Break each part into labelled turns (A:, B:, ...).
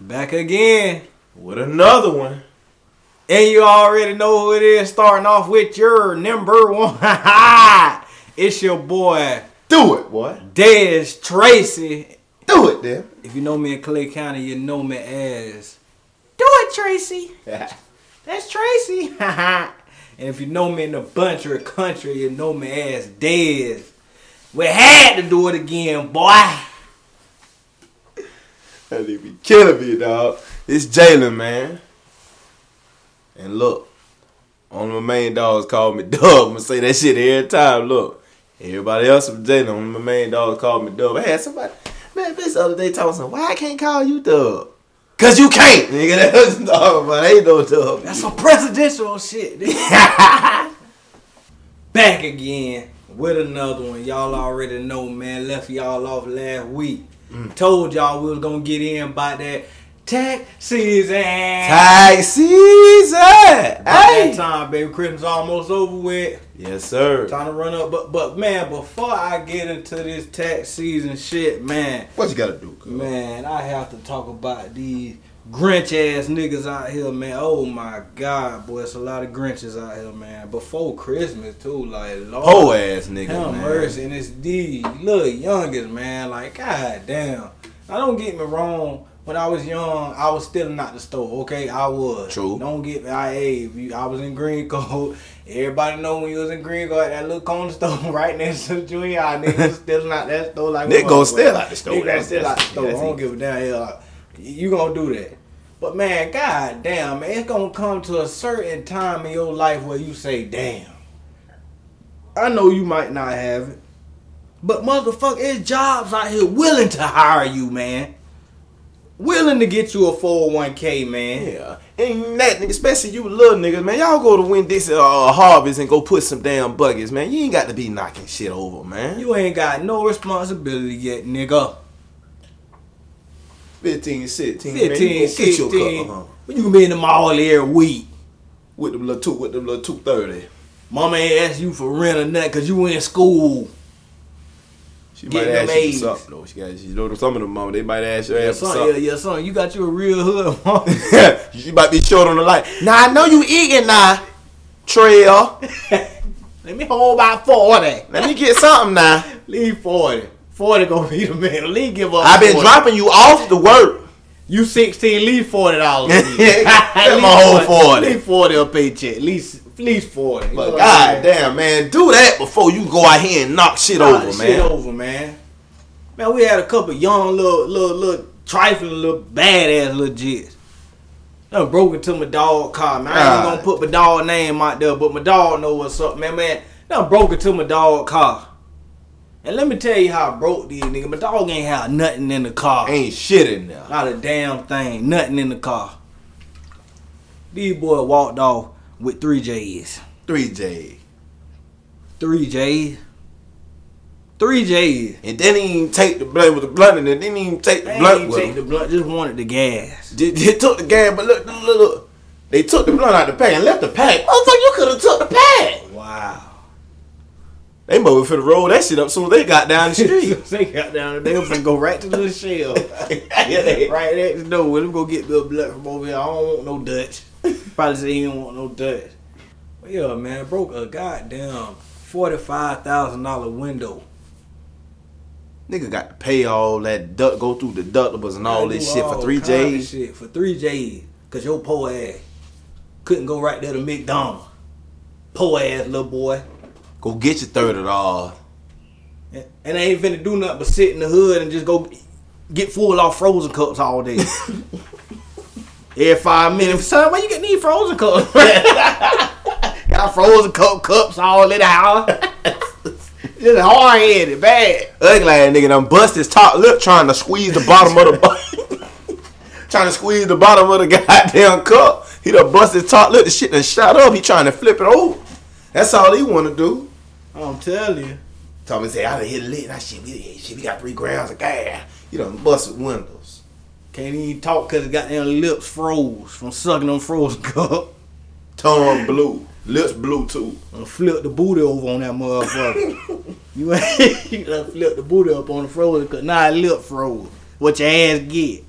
A: Back again.
B: with another one.
A: And you already know who it is, starting off with your number one. it's your boy,
B: Do it, boy.
A: Dez Tracy.
B: Do it, then.
A: If you know me in Clay County, you know me as. Do it, Tracy. That's Tracy. and if you know me in the bunch or country, you know me as Dez. We had to do it again, boy.
B: That nigga be killing me, dog. It's Jalen, man. And look, one of my main dogs called me Dub. I'm gonna say that shit every time. Look, everybody else from Jalen, one of my main dogs called me Dub. I had somebody, man, this other day talking, something, why I can't call you Dub? Cause you can't, nigga. That's dog, but ain't no Dub.
A: That's some presidential shit. Back again with another one. Y'all already know, man. Left y'all off last week. Told y'all we was gonna get in by that tax season.
B: Tag season.
A: By
B: Hey.
A: that time, baby, Christmas almost over with.
B: Yes, sir.
A: Time to run up, but but man, before I get into this tax season shit, man,
B: What you gotta do, cuz?
A: man, I have to talk about these Grinch ass niggas out here, man. Oh my god, boy, it's a lot of Grinches out here, man. Before Christmas too, like Lord,
B: Whole ass nigga,
A: have
B: man.
A: mercy, and it's these little youngest, man. Like god damn, I don't get me wrong. When I was young, I was stealing out the store. Okay, I was.
B: True.
A: Don't get me. I hey, if you- I was in Green Coat. Everybody know when you was in Green Coat, that little corner store right next to the junior high, niggas was stealing out that store like
B: Nigga gonna
A: motherfuckers.
B: steal out the store.
A: Nigga gonna steal out the
B: That's-
A: store. I
B: that's
A: don't
B: it.
A: give a damn. Yeah, like, you gonna do that. But man, god damn, man, it's gonna come to a certain time in your life where you say, damn. I know you might not have it. But motherfucker, it's jobs out here willing to hire you, man. Willing to get you a 401k, man.
B: Yeah, and that nigga, especially you little niggas, man. Y'all go to Win Dixie or uh, Harvest and go put some damn buckets, man. You ain't got to be knocking shit over, man. You
A: You ain't got no responsibility yet, nigga.
B: 15, 16, 15, man. You
A: 15,
B: go get your
A: 16.
B: cup, uh-huh.
A: You can be in the mall every week.
B: with them little two, with them little two thirty.
A: Mama ain't ask you for rent or nothing because you in school.
B: She
A: Get
B: might
A: them
B: ask you
A: A's.
B: for something though. She got, you know, some of them mama, they might ask your
A: Yeah,
B: ass for
A: son, yeah,
B: something.
A: yeah, son, you got you a real hood, mama.
B: you might be short on the light. Now I know you eating now, Trail.
A: Let me hold my 40.
B: Let me get something now.
A: Leave 40. 40 gonna be the man. Leave give up.
B: I've been
A: 40.
B: dropping you off to work.
A: You 16, leave $40. dollars a week.
B: That's my whole 40.
A: Leave 40 a paycheck. At least, at least 40. You know
B: But
A: what I'm
B: god
A: saying?
B: damn, man, do that before you go out here and knock shit
A: Nah,
B: over,
A: shit
B: man.
A: over, man. Man, we had a couple young little, little, little trifling, little badass little jits. I done broke into my dog car, man. I ain't
B: God.
A: gonna put my dog name out there, but my dog know what's up, man. Man, done broke into my dog car. And let me tell you how I broke these niggas. My dog ain't had nothing in the car.
B: Ain't shit in there.
A: Not a damn thing. Nothing in the car. These boy walked off with three J's.
B: Three J.
A: Three J's. Three J's.
B: And then he even take the blunt with the blunt, and then he even take the
A: They
B: blunt
A: ain't
B: with
A: take
B: him.
A: the blunt, just wanted the gas.
B: They, they took the gas, but look, look, look, look. They took the blunt out the pack and left the pack. I was like, you could have took the pack.
A: Wow.
B: They moving for the road that shit up soon as they got down the street.
A: they got down there, they was gonna go right to the shell.
B: Yeah, they-
A: Right next door. Let me go get the blunt from over here. I don't want no Dutch. Probably say he don't want no Dutch. But yeah, man, broke a goddamn forty-five thousand dollar window.
B: Nigga got to pay all that duck, go through deductibles and all
A: I
B: this
A: do
B: shit for
A: all
B: three
A: kind of
B: J's.
A: Shit for three J's, cause your poor ass couldn't go right there to McDonald's. Poor ass little boy,
B: Go get your third of all.
A: and, and I ain't finna do nothing but sit in the hood and just go get full off frozen cups all day. Every five minutes, son, where you get these frozen cups? Got frozen cup cups all in the house. just hard headed, bad.
B: Ugly ass nigga done bust his top lip trying to squeeze the bottom of the bo- trying to squeeze the bottom of the goddamn cup. He done bust his top lip. The shit done shot up. He trying to flip it over. That's all he want to do.
A: I'm telling you.
B: Tommy said, "I done hit a lit. I shit, we shit, we got three grams of gas. You done busted windows.
A: Can't even talk because goddamn lips froze from sucking on frozen cup.
B: Tongue blue, lips blue too.
A: and Uh, flip the booty over on that motherfucker. you ain't you done flip the booty up on the frozen cause now it lip froze. What your ass get.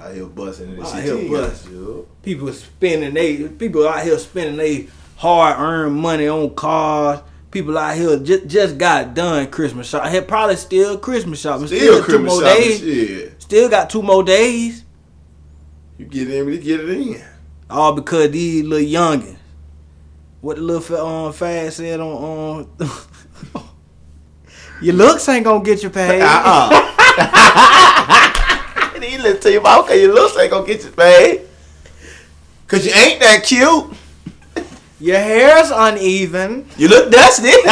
B: Out here busting and
A: Out
B: shit.
A: here
B: You ain't gotta
A: busting.
B: do it.
A: People spending they people out here spending they hard earned money on cars. People out here just just got done Christmas shopping. Had probably still Christmas shopping.
B: Still Christmas
A: two more
B: shopping.
A: days.
B: Shit.
A: Still got two more days.
B: You get in, you get it in.
A: All because these little youngins. What the little fa- um, fad said on um, your looks ain't gonna get you paid.
B: Uh-uh. he listen to you about because your looks ain't gonna get you paid. Cause you ain't that cute.
A: Your hair's uneven.
B: You look dusty.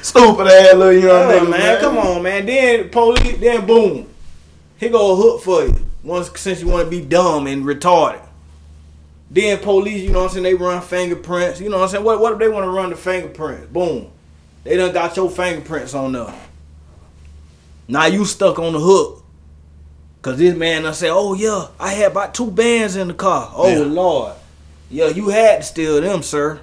B: Stupid ass little young
A: Yeah,
B: nigga,
A: Oh, man, come on, man. Then police, then boom, he go hook for you. Once since you want to be dumb and retarded. Then police, you know what I'm saying? They run fingerprints. You know what I'm saying? What what if they want to run the fingerprints? Boom, they done got your fingerprints on there. Now you stuck on the hook. Cause this man done say, oh yeah, I had about two bands in the car. Oh
B: Yeah.
A: lord, yeah, you had to steal them, sir.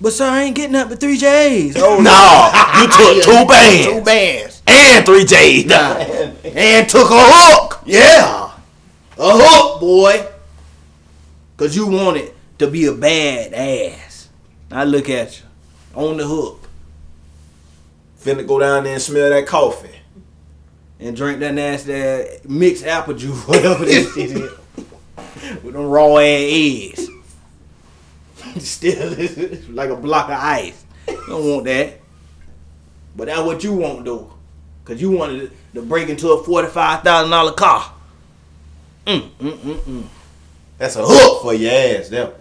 A: But sir, I ain't getting up but three J's. Oh
B: No, you took two bands.
A: Two bands.
B: and three J's.
A: And took a hook.
B: Yeah.
A: A hook, boy. Cause you wanted to be a bad ass. I look at you. On the hook.
B: Finna go down there and smell that coffee.
A: And drink that nasty ass mixed apple juice, whatever this shit is. With them raw ass eggs. Still it's like a block of ice. Don't want that. But that's what you want though. Cause you wanted to break into a forty five thousand dollar car.
B: That's a hook for your ass, that one.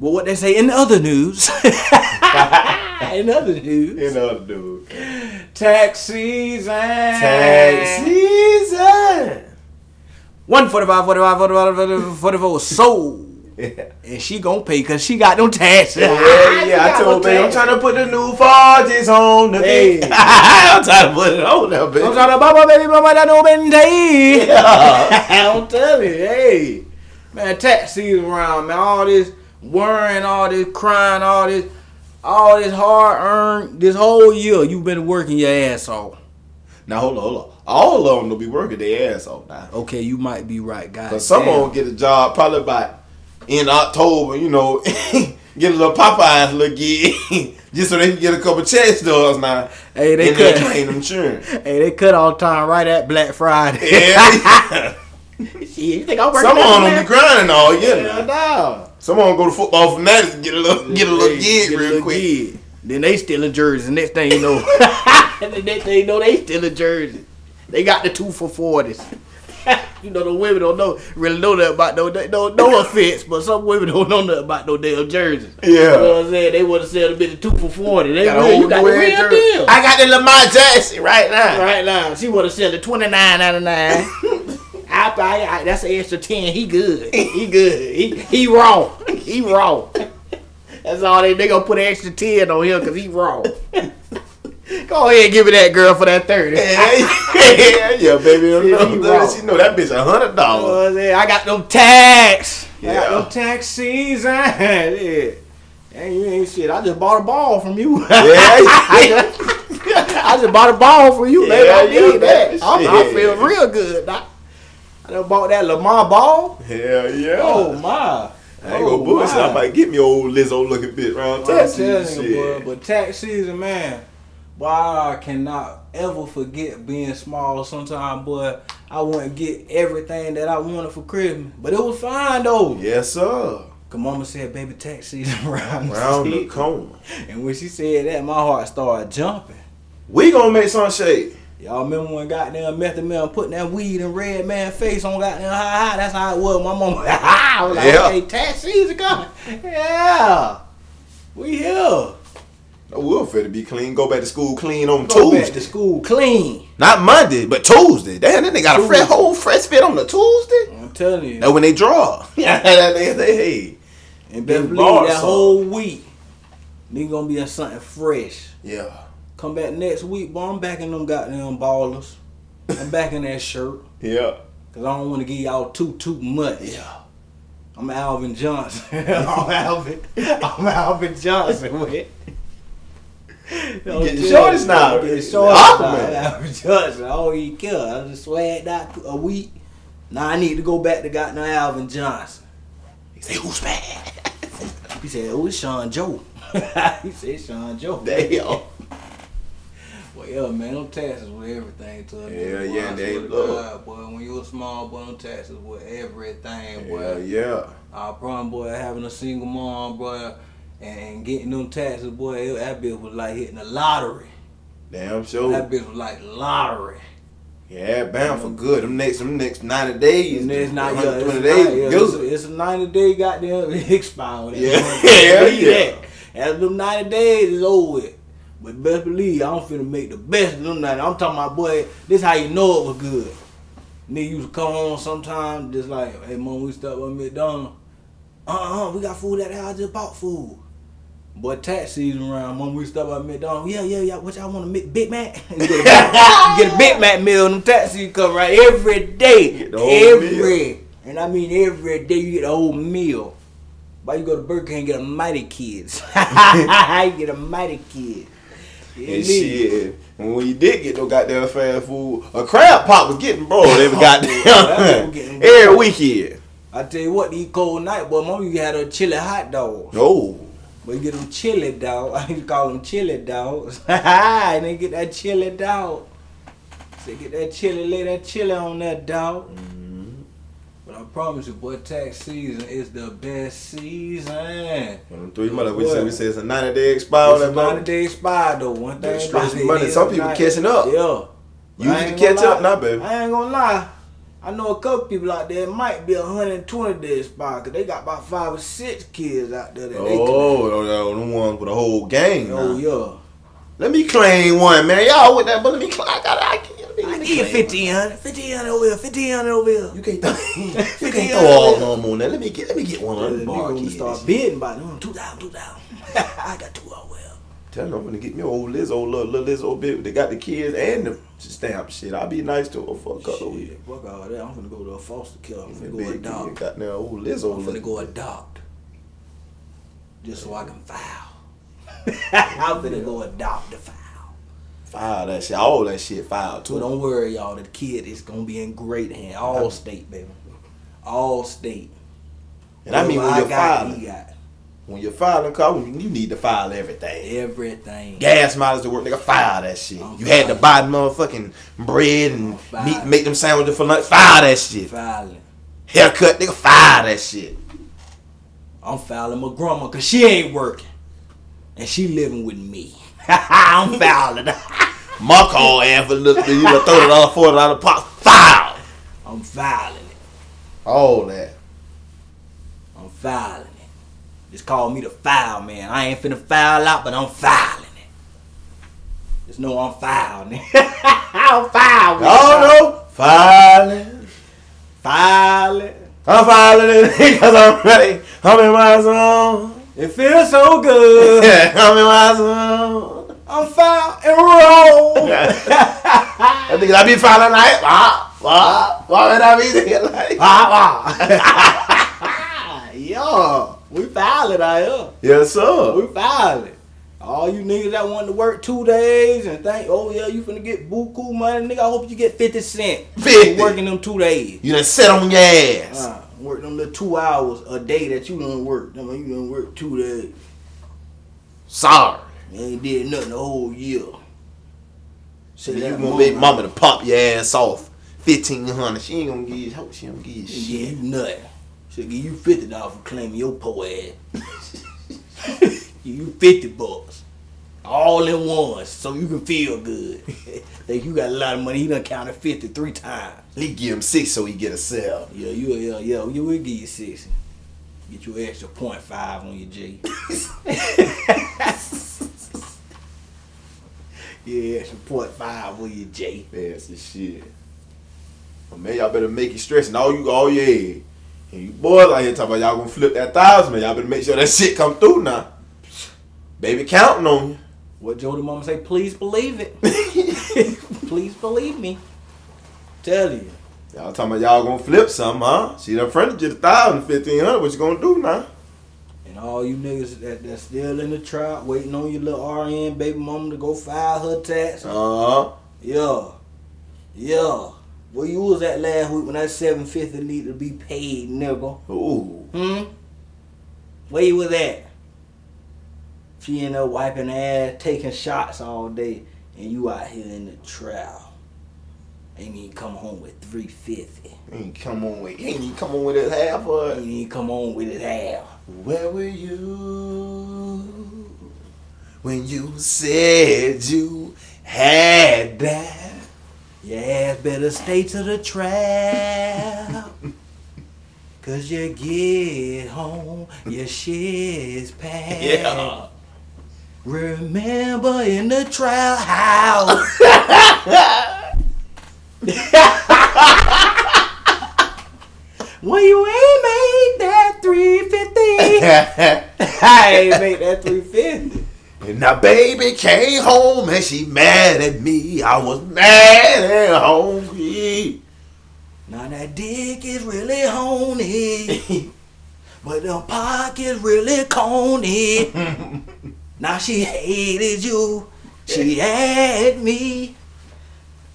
A: But what they say in other news, in other news,
B: You know, dude.
A: tax season,
B: Tag season.
A: one forty five, forty five, forty five, forty five, forty four, sold,
B: Yeah,
A: and she gonna pay cause she got no taxes.
B: yeah,
A: She got
B: I told
A: no
B: man, I'm
A: taxes.
B: trying to put the new Forges on the
A: Hey.
B: bitch. I'm trying to put it on there, bitch.
A: I'm trying to buy my baby mama that no been day.
B: Yeah.
A: I'm telling you, hey, man, tax season around, man. All this worrying, all this crying, all this, all this hard earned. This whole year you've been working your ass off.
B: Now hold on, hold on. All of them will be working their ass off now.
A: Okay, you might be right, guys.
B: Cause some of them get a job probably by in October, you know, get a little Popeyes little gig just so they can get a couple checks doors now.
A: Hey, they
B: and they
A: could.
B: claim insurance.
A: Hey, they cut all time right at Black Friday.
B: Yeah.
A: you think I'm
B: Some on them be grinding all year. now.
A: no.
B: Some on go to football fanatics and get a little get a little gig real quick.
A: Then they still in jerseys. Next thing you know, the next thing you know, they still in jerseys. They got the two for forties. you know, the women don't know really know nothing about no no no offense, but some women don't know nothing about no damn jerseys. You
B: Yeah.
A: know what I'm saying? They want to sell a bit of two for forty. They
B: Got a
A: real, you
B: whole
A: got the
B: new
A: real
B: ass jersey.
A: deal.
B: I got the Lamar Jackson right now.
A: right now. She want to sell it twenty nine ninety nine. I, I, I, that's an extra ten. He good. He good. He he raw. He raw. That's all they they gonna put an extra ten on him because he raw. Go ahead, and give me that girl for that thirty.
B: yeah, yeah, baby.
A: Shit,
B: no,
A: he
B: no,
A: wrong.
B: she know that bitch a hundred
A: You know
B: dollars.
A: what I'm saying? I got them tax. I
B: Yeah.
A: got them tax season. yeah. Dang, you ain't shit. I just bought a ball from you. I,
B: Yeah,
A: just, I just bought a ball for you, baby. I
B: Yeah,
A: need
B: yeah,
A: that.
B: baby,
A: I'm, I feel
B: shit.
A: real good. I, I done bought that Lamar ball.
B: hell yeah.
A: Uh, Oh my!
B: I ain't gonna
A: Oh,
B: bullshit.
A: my.
B: I might get me old Lizzo looking bitch round
A: I'm
B: taxi
A: telling
B: and
A: you, boy.
B: shit.
A: But tax season, man. Boy, I cannot ever forget being small. Sometimes, boy, I wouldn't get everything that I wanted for Christmas, but it was fine though.
B: Yes, sir.
A: Cause Mama said, "Baby, tax season around, the
B: Round the
A: seat."
B: corner.
A: And when she said that, my heart started jumping.
B: We gonna make some shade.
A: Y'all remember when goddamn Method Man putting that weed in Red Man face on goddamn high high? That's how it was. My mama, I was like,
B: Yeah.
A: okay, tax season coming. Yeah, we here.
B: No, we'll fit to be clean. Go back to school clean on
A: Go
B: Tuesday.
A: back to school clean.
B: Not Monday, but Tuesday. Damn, then they got a fresh,
A: Tuesday.
B: whole fresh fit on the Tuesday.
A: I'm telling you.
B: That when they draw. Yeah, they, they, hey.
A: And
B: Them
A: best believe
B: bars
A: that
B: are-
A: whole week, nigga gonna be on something fresh.
B: Yeah.
A: Come back next week, boy. I'm back in them goddamn ballers. I'm back in that shirt.
B: Yeah.
A: Cause I don't want to give y'all too too much.
B: Yeah.
A: I'm Alvin Johnson. I'm Alvin. I'm Alvin Johnson with.
B: get the shortest now.
A: Get the
B: It's
A: shortest
B: awful,
A: now.
B: man.
A: I'm just, oh, he killed. I just swag that a week. Now I need to go back to goddamn Alvin Johnson. He said, who's bad? he said, oh, it's Sean Joe. he said, Sean Joe.
B: Damn.
A: Well, yeah, man, them taxes were everything to me.
B: Hell
A: boy.
B: yeah,
A: I
B: they
A: swear to
B: look.
A: God, boy, when you a small boy, them taxes were everything, boy.
B: Well, yeah.
A: Our problem, boy, having a single mom, boy, and getting them taxes, boy, it- that bitch was like hitting the lottery.
B: Damn
A: That
B: sure.
A: bitch was like lottery.
B: Yeah, bound for good. Them next, them next ninety days,
A: And it's not yeah, it's
B: 120
A: not-
B: days,
A: yeah, it's,
B: good.
A: a, it's a 90 day goddamn expire. on that
B: Yeah.
A: motherfucker.
B: Hell
A: Believe
B: yeah.
A: that. After them 90 days is over with. But best believe I'm finna make the best of them 90. I'm talking about, boy, this how you know it was good. Nigga used to come on sometimes, just like, hey, mom, we stuck with McDonald's. Uh-uh, we got food at the house, just bought food. Boy, tax season around, mom, we stuck at McDonald's. Yeah, yeah, yeah, what y'all want to make? Big Mac? You get, a, you get a Big Mac meal and them tax season come right every day.
B: Get the whole
A: Every, and I mean every day you get a whole meal. Why you go to Burger King and get a Mighty Kids? you get a Mighty Kid.
B: And shit. And when you did get no goddamn fast food, a crab pop was getting bro. They was
A: Oh, That was
B: goddamn
A: getting bro.
B: every weekend.
A: I tell you what, these cold night, boy, mom, you had a chili hot dog.
B: No.
A: But you get them chili dog. I used to call them chili dogs. and they get that chili dog. Say get that chili, lay that chili on that dog.
B: Mm-hmm.
A: But I promise you, boy, tax season is the best season.
B: When them three mother, we
A: What?
B: said we said it's a ninety day expire.
A: it's
B: That
A: a ninety
B: month.
A: day spy though. One
B: That
A: thing
B: stretch
A: about it
B: money.
A: is
B: Some people
A: like-
B: catching up.
A: Yeah.
B: You need
A: I
B: to
A: ain't gonna
B: catch up
A: lie.
B: now, baby.
A: I ain't gonna lie. I know a couple people out there that might be 120 days spy because they got about five or six kids out there that they can.
B: Oh, oh, oh, them ones with a whole gang.
A: Oh,
B: now.
A: yeah.
B: Let me claim one, man. Y'all with that, but let me claim. I got I can't. let me-
A: I
B: let me
A: need
B: claim
A: 1500 1500 over here, 1500 over here.
B: one. You can't throw, you
A: Fifty
B: can't throw all
A: dollars.
B: of them on that. Let me get, let me get one on
A: Nigga
B: the bar
A: gonna
B: kids.
A: start bidding by them. Two down, two down. I got two over here.
B: Tell them I'm gonna get me old Lizzo, little, little Lizzo bit. They got the kids and the stamp shit. I'll be nice to her for a couple of weeks.
A: Shit, fuck all that. I'm finna go to a foster care. I'm
B: That
A: finna go
B: big kid
A: adopt.
B: got now old
A: I'm
B: Lizzo.
A: finna
B: look.
A: go adopt. Just so I can file. I'm finna go adopt the file.
B: File that shit. All that shit filed
A: So
B: too.
A: don't worry, y'all. The kid is gonna be in great hands. All state, baby. All state.
B: And I mean
A: Whatever
B: when you're
A: got,
B: filing,
A: he got
B: when you're filing, cause you need to file everything.
A: everything.
B: gas mileage to work, nigga. Fire that shit.
A: I'm
B: you had to buy motherfucking bread and
A: I'm
B: meat,
A: fired.
B: make them sandwiches for lunch. Fire that shit.
A: Filing.
B: Haircut, nigga. Fire that shit.
A: I'm fouling my grandma because she ain't working. And she living with me. I'm fouling.
B: My call ass for little, you know, thirty dollar, forty dollar pop. Fire.
A: I'm fouling it.
B: All that.
A: I'm fouling it. Just call me the foul man. I ain't finna foul out, but I'm fouling it. Just know I'm fouling it. I'm fouling
B: Y'all know filing.
A: Fouling.
B: I'm filing it because I'm ready. I'm in my zone.
A: It feels so good.
B: Yeah, I'm in my zone.
A: I'm foul and roll.
B: That nigga, I be filing like, why, why, why would I be there like?
A: Ah, ah. Yo, we fouling out here.
B: Yes, sir.
A: We violent. All you niggas that want to work two days and think, oh yeah, you finna get buku money, nigga. I hope you get fifty cent for
B: 50.
A: working them two days.
B: You done sit on your ass.
A: Uh, work them little two hours a day that you done work. I mean, you done work two days.
B: Sorry.
A: You ain't did nothing the whole year. Shit,
B: You
A: that
B: gonna make
A: mama-
B: mama to pop your ass off. Fifteen hundred. She ain't gonna give you hope she don't give you shit.
A: Yeah, you nut. Should give you fifty dollars for claiming your poor ass. Give you fifty bucks, all in one, so you can feel good. Think you got a lot of money. He done counted fifty three times.
B: He give him six so he get a sell.
A: Yeah, you yeah yeah. You will give you sixty. Get you an extra point five on your G. yeah, extra point five on your J.
B: That's the shit. But man, y'all better make it stress and all you all your head. And you boys out here talking about y'all gonna flip that thousand, man. Y'all better make sure that shit come through now. Baby counting on you.
A: What Jody Mama say? Please believe it. Please believe me. Tell you.
B: Y'all talking about y'all gonna flip something, huh? She done fronted you the thousand, fifteen hundred. What you gonna do now?
A: And all you niggas that, that's still in the trap waiting on your little RN baby mama to go file her tax.
B: Uh huh.
A: Yeah. Yeah. Where you was at last week when that 750 need to be paid, nigga?
B: Ooh.
A: Hmm? Where you was at? She end up wiping ass, taking shots all day, and you out here in the trial. Ain't even come home with 350.
B: Ain't come on with ain't you come on with his half
A: Ain't
B: of it.
A: even come home with it half.
B: Where were you when you said you had that?
A: Your ass better stay to the trap. Cause you get home, your shit's packed.
B: Yeah.
A: Remember in the trial house. when you ain't made that 350. I ain't made that 350.
B: And my baby came home and she mad at me. I was mad and hungry.
A: Now that dick is really horny. but the pocket's really corny. now she hated you. She had me.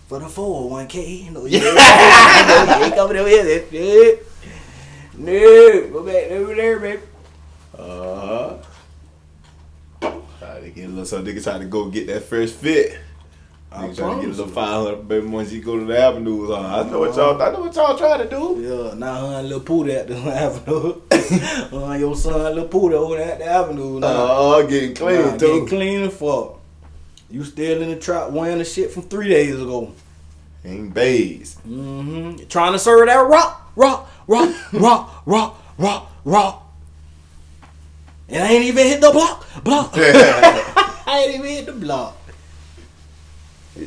A: For the 401k. No, you ain't coming over here. That shit. No, go back over there, baby.
B: Uh huh. Try to get a little, so nigga try to go get that first fit.
A: I
B: Nigga try to get a
A: promise
B: little
A: you.
B: five hundred baby once you go to the avenue. Uh, I know what y'all, I know what y'all trying to do.
A: Yeah, now her and Lil Pootie at the avenue. uh, your son Lil Pootie over there at the avenue. Now.
B: Uh, getting clean
A: Nah,
B: too.
A: getting clean and fuck. You still in the trap wearing the shit from three days ago.
B: Ain't bays.
A: Mm-hmm. Trying to serve that rock, rock, rock, rock, rock, rock, rock. And I ain't even hit the block, block. I ain't even hit the block.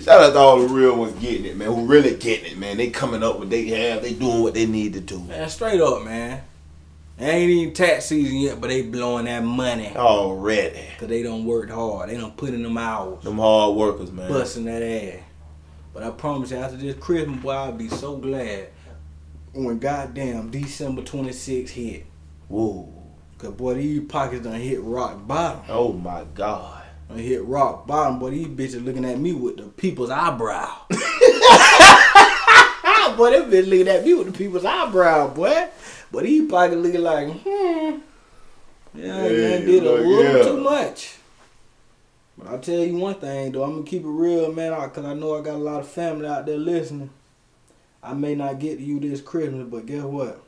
B: Shout out to all the real ones getting it, man. Who really getting it, man? They coming up with they have. They doing what they need to do.
A: Man, straight up, man. It ain't even tax season yet, but they blowing that money.
B: Oh. Already,
A: Cause they done worked hard. They done put in them hours.
B: them hard workers, man.
A: busting that ass. But I promise you, after this Christmas, boy, I'll be so glad when goddamn December 26th hit.
B: Whoa.
A: Cause boy, these pockets done hit rock bottom.
B: Oh my God.
A: Done hit rock bottom, boy. These bitches looking at me with the people's eyebrow. boy, that bitch looking at me with the people's eyebrow, boy. But these pockets looking like, hmm. Yeah,
B: Yeah,
A: man, did a
B: like,
A: little
B: yeah.
A: too much. But I'll tell you one thing, though. I'm going to keep it real, man, I- cause I know I got a lot of family out there listening. I may not get to you this Christmas, but guess what?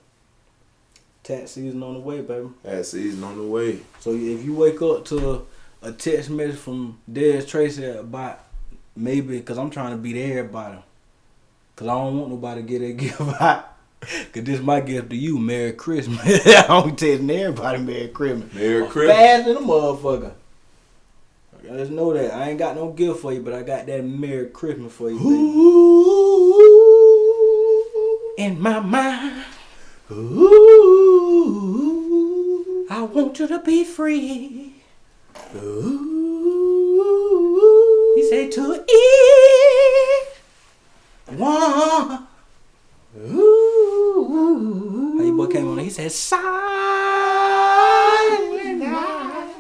A: Tax season on the way, baby.
B: That season on the way.
A: So if you wake up to a text message from Dez Tracy about maybe, cause I'm trying to beat everybody, cause I don't want nobody to get a gift out. Cause this my gift to you, Merry Christmas. I'm texting everybody Merry Christmas.
B: Merry
A: I'm
B: Christmas.
A: Fast than a motherfucker. I just know that I ain't got no gift for you, but I got that Merry Christmas for you. baby.
B: Ooh.
A: In my mind,
B: Ooh.
A: I want you to be free.
B: Ooh.
A: He said to each one.
B: Ooh.
A: How your boy came on, he said, Silent night."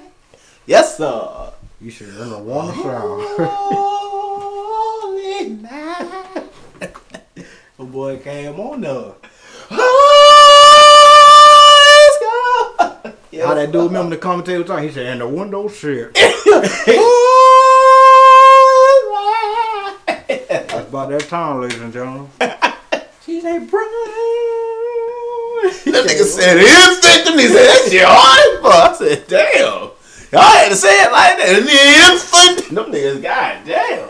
B: Yes, sir.
A: You should have done a warm shower.
B: Holy night.
A: My boy came on though.
B: Oh, let's go. Yes,
A: How that
B: sir.
A: dude remember the commentator was talking? He said, and the window shit.
B: Oh, it's right.
A: That's about that time, ladies and gentlemen. she said,
B: That
A: That
B: nigga said his victim. He said that shit hard as fuck. I said, damn. Y'all had to say it like that. And then infant. Them niggas, god damn.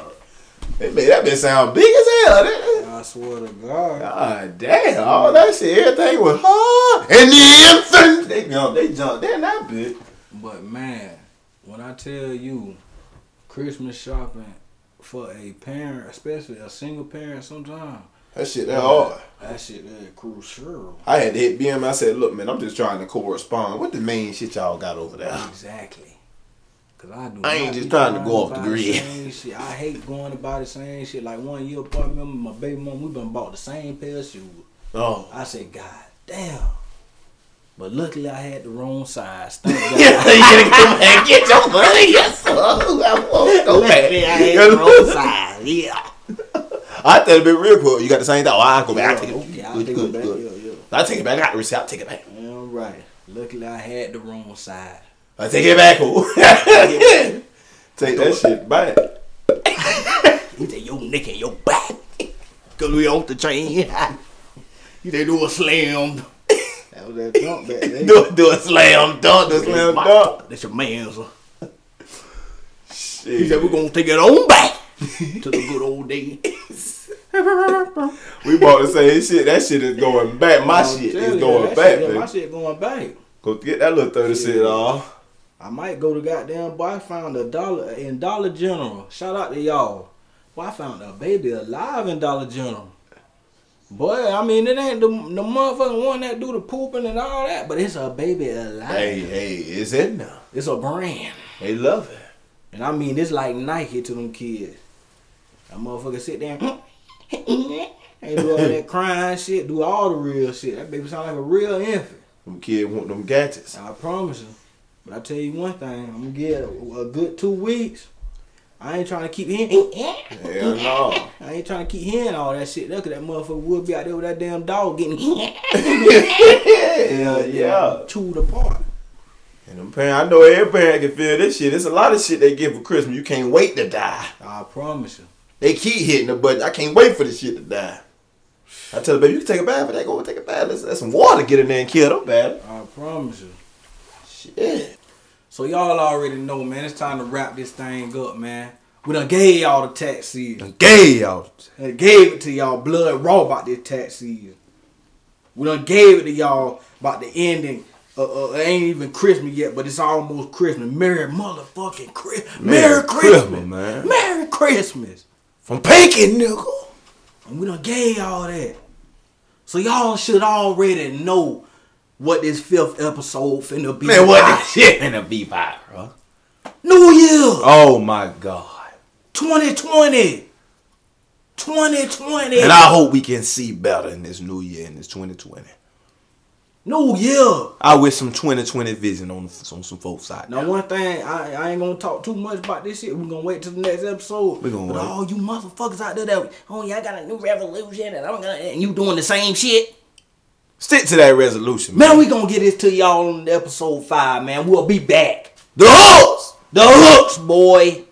B: They made that bitch sound big as hell. That-
A: I swear to God.
B: God damn. All that shit, everything was hard. And the infant. They jumped, they jumped. Damn, that bitch.
A: But man, when I tell you, Christmas shopping for a parent, especially a single parent sometimes,
B: That shit, that hard.
A: that shit is crucial.
B: I had to hit BM. I said, look, man, I'm just trying to correspond. What the main shit y'all got over there?
A: Exactly. Cause I do.
B: I ain't
A: not
B: just
A: be
B: trying to go
A: about
B: off the grid.
A: same shit. I hate going about the same shit. Like one year, apart, remember my baby mom, we been bought the same pair of shoes.
B: Oh.
A: I said, God damn. But luckily, I had the wrong size.
B: you
A: Thank God.
B: gotta come back get your money. Yes, sir. I won't go back.
A: luckily, I had the wrong size. Yeah.
B: I thought it'd be real cool. You got the same thing. Oh, I'll go back. I take it.
A: Okay, I'll
B: good,
A: take
B: good,
A: it back.
B: good.
A: Yeah, yeah.
B: I take it back. I got the receipt. I'll take it back.
A: All right. Luckily, I had the wrong side.
B: I take it back. fool. take that shit back.
A: He said, "Yo, neck and your back, cause we off the train." you they do a slam. That was that jump back there.
B: Do, do a slam dunk. Do a slam dunk.
A: That's your man's. He said,
B: Shit.
A: "We're gonna take it on back to the good old days."
B: We about to say shit. That shit is going back. My
A: I'm
B: shit
A: telling
B: is
A: you,
B: going
A: that
B: back,
A: shit- My
B: man.
A: shit going back.
B: Go get that little thirty shit off.
A: I might go to goddamn boy. I found a dollar in Dollar General. Shout out to y'all. Boy, I found a baby alive in Dollar General. Boy, I mean it ain't the, the motherfucking one that do the pooping and all that, but it's a baby alive.
B: Hey, hey, it's in now.
A: It's a brand.
B: They love it.
A: And I mean it's like Nike to them kids. That motherfucker sit there and, and do all that crying shit, do all the real shit. That baby sound like a real infant.
B: Them kids want them gadgets.
A: I promise you. But I tell you one thing, I'm gonna get a, a good two weeks. I ain't trying to keep him.
B: Hell no.
A: I ain't trying to keep hearing all that shit. Look at that motherfucker would be out there with that damn dog getting
B: Hell yeah.
A: chewed apart.
B: And them parents, I know every parent can feel this shit. It's a lot of shit they get for Christmas. You can't wait to die.
A: I promise you.
B: They keep hitting the button. I can't wait for this shit to die. I tell the baby, you can take a bath for that. Go take a bath. Let's let some water get in there and kill them bad.
A: I promise you.
B: Shit.
A: So y'all already know, man. It's time to wrap this thing up, man. We done gave y'all the tax season.
B: Gay y'all.
A: They gave it to y'all blood raw about this tax season. We done gave it to y'all about the ending. Uh, uh, it ain't even Christmas yet, but it's almost Christmas. Merry motherfucking Christmas. Merry,
B: Merry
A: Christmas.
B: Christmas, man.
A: Merry Christmas.
B: From Pinky, nigga.
A: And we done gave y'all that. So y'all should already know what this fifth episode finna be.
B: Man, what
A: about.
B: this shit finna be viral?
A: New Year
B: Oh my God.
A: 2020. 2020.
B: And I hope we can see better in this new year, in this 2020.
A: New Year.
B: I wish some 2020 vision on, on some folks' side.
A: Now, one thing, I, I ain't gonna talk too much about this shit. We're gonna wait till the next episode.
B: We gonna
A: but
B: wait.
A: all you motherfuckers out there that, oh, yeah, I got a new revolution and I'm gonna, and you doing the same shit.
B: Stick to that resolution, man.
A: Man, we gonna get this to y'all in episode five, man. We'll be back.
B: The hooks!
A: The hooks, boy.